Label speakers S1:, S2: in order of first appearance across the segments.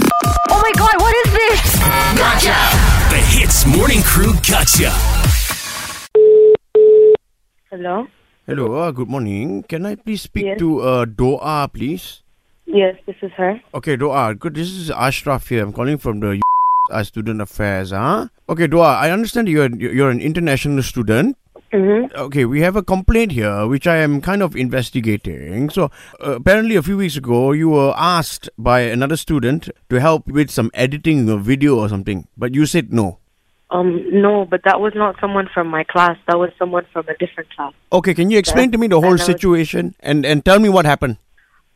S1: Oh my god, what is this?
S2: The Hits Morning Crew Gotcha.
S3: Hello?
S4: Hello, uh, good morning. Can I please speak
S3: Yes.
S4: to uh, Doa, please?
S3: Yes, this is her.
S4: Okay, Doa, good. This is Ashraf here. I'm calling from the uh, Student Affairs, huh? Okay, Doa, I understand you're you're an international student.
S3: Mm-hmm.
S4: Okay, we have a complaint here, which I am kind of investigating. So, uh, apparently, a few weeks ago, you were asked by another student to help with some editing a video or something, but you said no.
S3: Um, no, but that was not someone from my class. That was someone from a different class.
S4: Okay, can you explain to me the whole
S3: I know.
S4: situation and, and tell me what happened?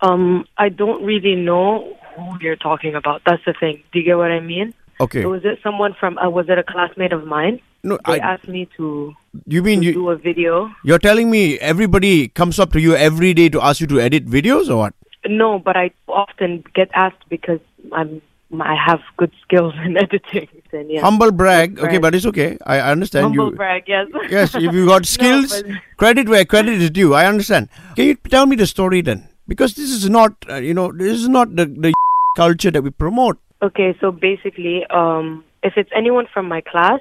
S3: Um, I don't really know who you're talking about. That's the thing. Do you get what I mean?
S4: Okay.
S3: So was it someone from, uh, was it a classmate of mine?
S4: No,
S3: They
S4: I,
S3: asked me to
S4: you mean you,
S3: do a video.
S4: You're telling me everybody comes up to you every day to ask you to edit videos or what?
S3: No, but I often get asked because I'm, I have good skills in editing. And yeah.
S4: Humble brag.
S3: Humble
S4: Okay,
S3: brag.
S4: but it's okay. I understand
S3: Humble
S4: you.
S3: brag, yes.
S4: Yes, if you got skills,
S3: but-
S4: credit where credit is due. I understand. Can you tell me the story then? Because this is not, uh, you know, this is not the, the culture that we promote.
S3: Okay, so basically, um, if it's anyone from my class,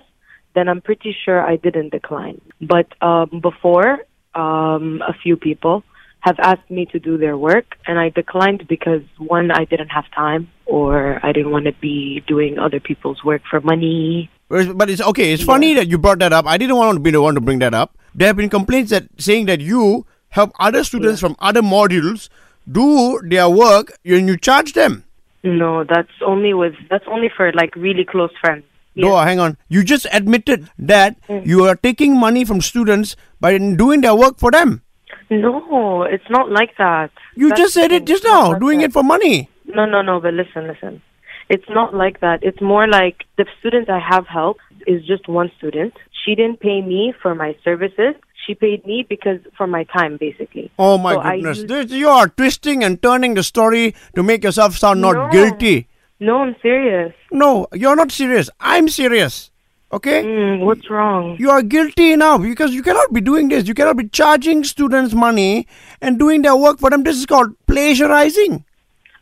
S3: then I'm pretty sure I didn't decline. But um, before, um, a few people have asked me to do their work, and I declined because one, I didn't have time, or I didn't want to be doing other people's work for money.
S4: Whereas- But it's okay. It's funny that you brought that up. I didn't want to be the one to bring that up. There have been complaints that saying that you help other students from other modules do their work and you charge them.
S3: No, that's only with that's only for like really close friends.
S4: No, hang on. You just admitted that
S3: Mm.
S4: you are taking money from students by doing their work for them.
S3: No, it's not like that.
S4: You
S3: That's
S4: just
S3: the
S4: said it
S3: thing.
S4: just
S3: It's not
S4: now,
S3: like
S4: doing
S3: that.
S4: it for money.
S3: No, no, no, but listen, listen. It's not like that. It's more like the student I have helped is just one student. She didn't pay me for my services. She paid me because for my time, basically.
S4: Oh my
S3: So I
S4: goodness.
S3: used-
S4: This, you are twisting and turning the story to make yourself sound not
S3: No.
S4: guilty.
S3: No, I'm serious.
S4: No, you're not serious. I'm serious. Okay?
S3: Mm, what's wrong?
S4: You are guilty now because you cannot be doing this. You cannot be charging students money and doing their work for them. This is called plagiarizing.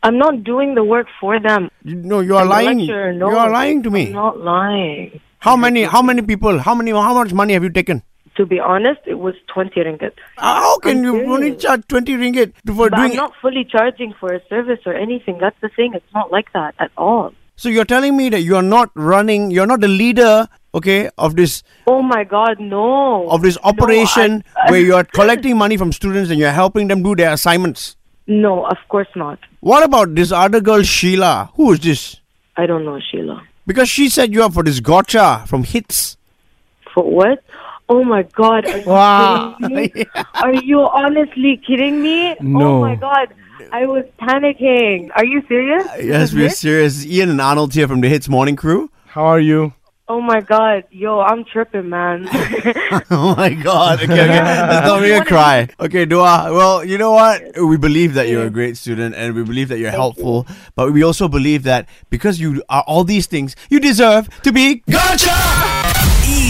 S3: I'm not doing the work for them.
S4: You, no, you are
S3: The
S4: lying.
S3: lecturer, no.
S4: You are lying to me.
S3: I'm not lying.
S4: How many how many people? How many how much money have you taken?
S3: To be honest, it was 20 ringgit.
S4: Uh, How can
S3: I'm
S4: you
S3: serious.
S4: only charge 20 ringgit to- for
S3: But
S4: doing
S3: I'm not fully charging for a service or anything. That's the thing. It's not like that at all.
S4: So you're telling me that you're not running, you're not the leader, okay, of this
S3: Oh my God, no.
S4: of this
S3: No, I-
S4: operation where you're collecting money from students and you're helping them do their assignments.
S3: No, of course not.
S4: What about this other girl Sheila? Who is this?
S3: I don't know, Sheila.
S4: Because she said you are for this gotcha from hits.
S3: For what? Oh my god. Are you,
S4: Wow.
S3: kidding me? are you honestly kidding me? Oh
S5: No.
S3: my god. I was panicking. Are you serious?
S4: Yes, we're serious. Ian and Arnold here from the Hits Morning Crew.
S5: How are you?
S3: Oh my god. Yo, I'm tripping, man.
S4: Oh my god. Okay, Uh, okay. That's not make a cry. Okay, Dua. Well, you know what? We believe that you're a great student and we believe that you're helpful, but we also believe that because you are all these things, you deserve to be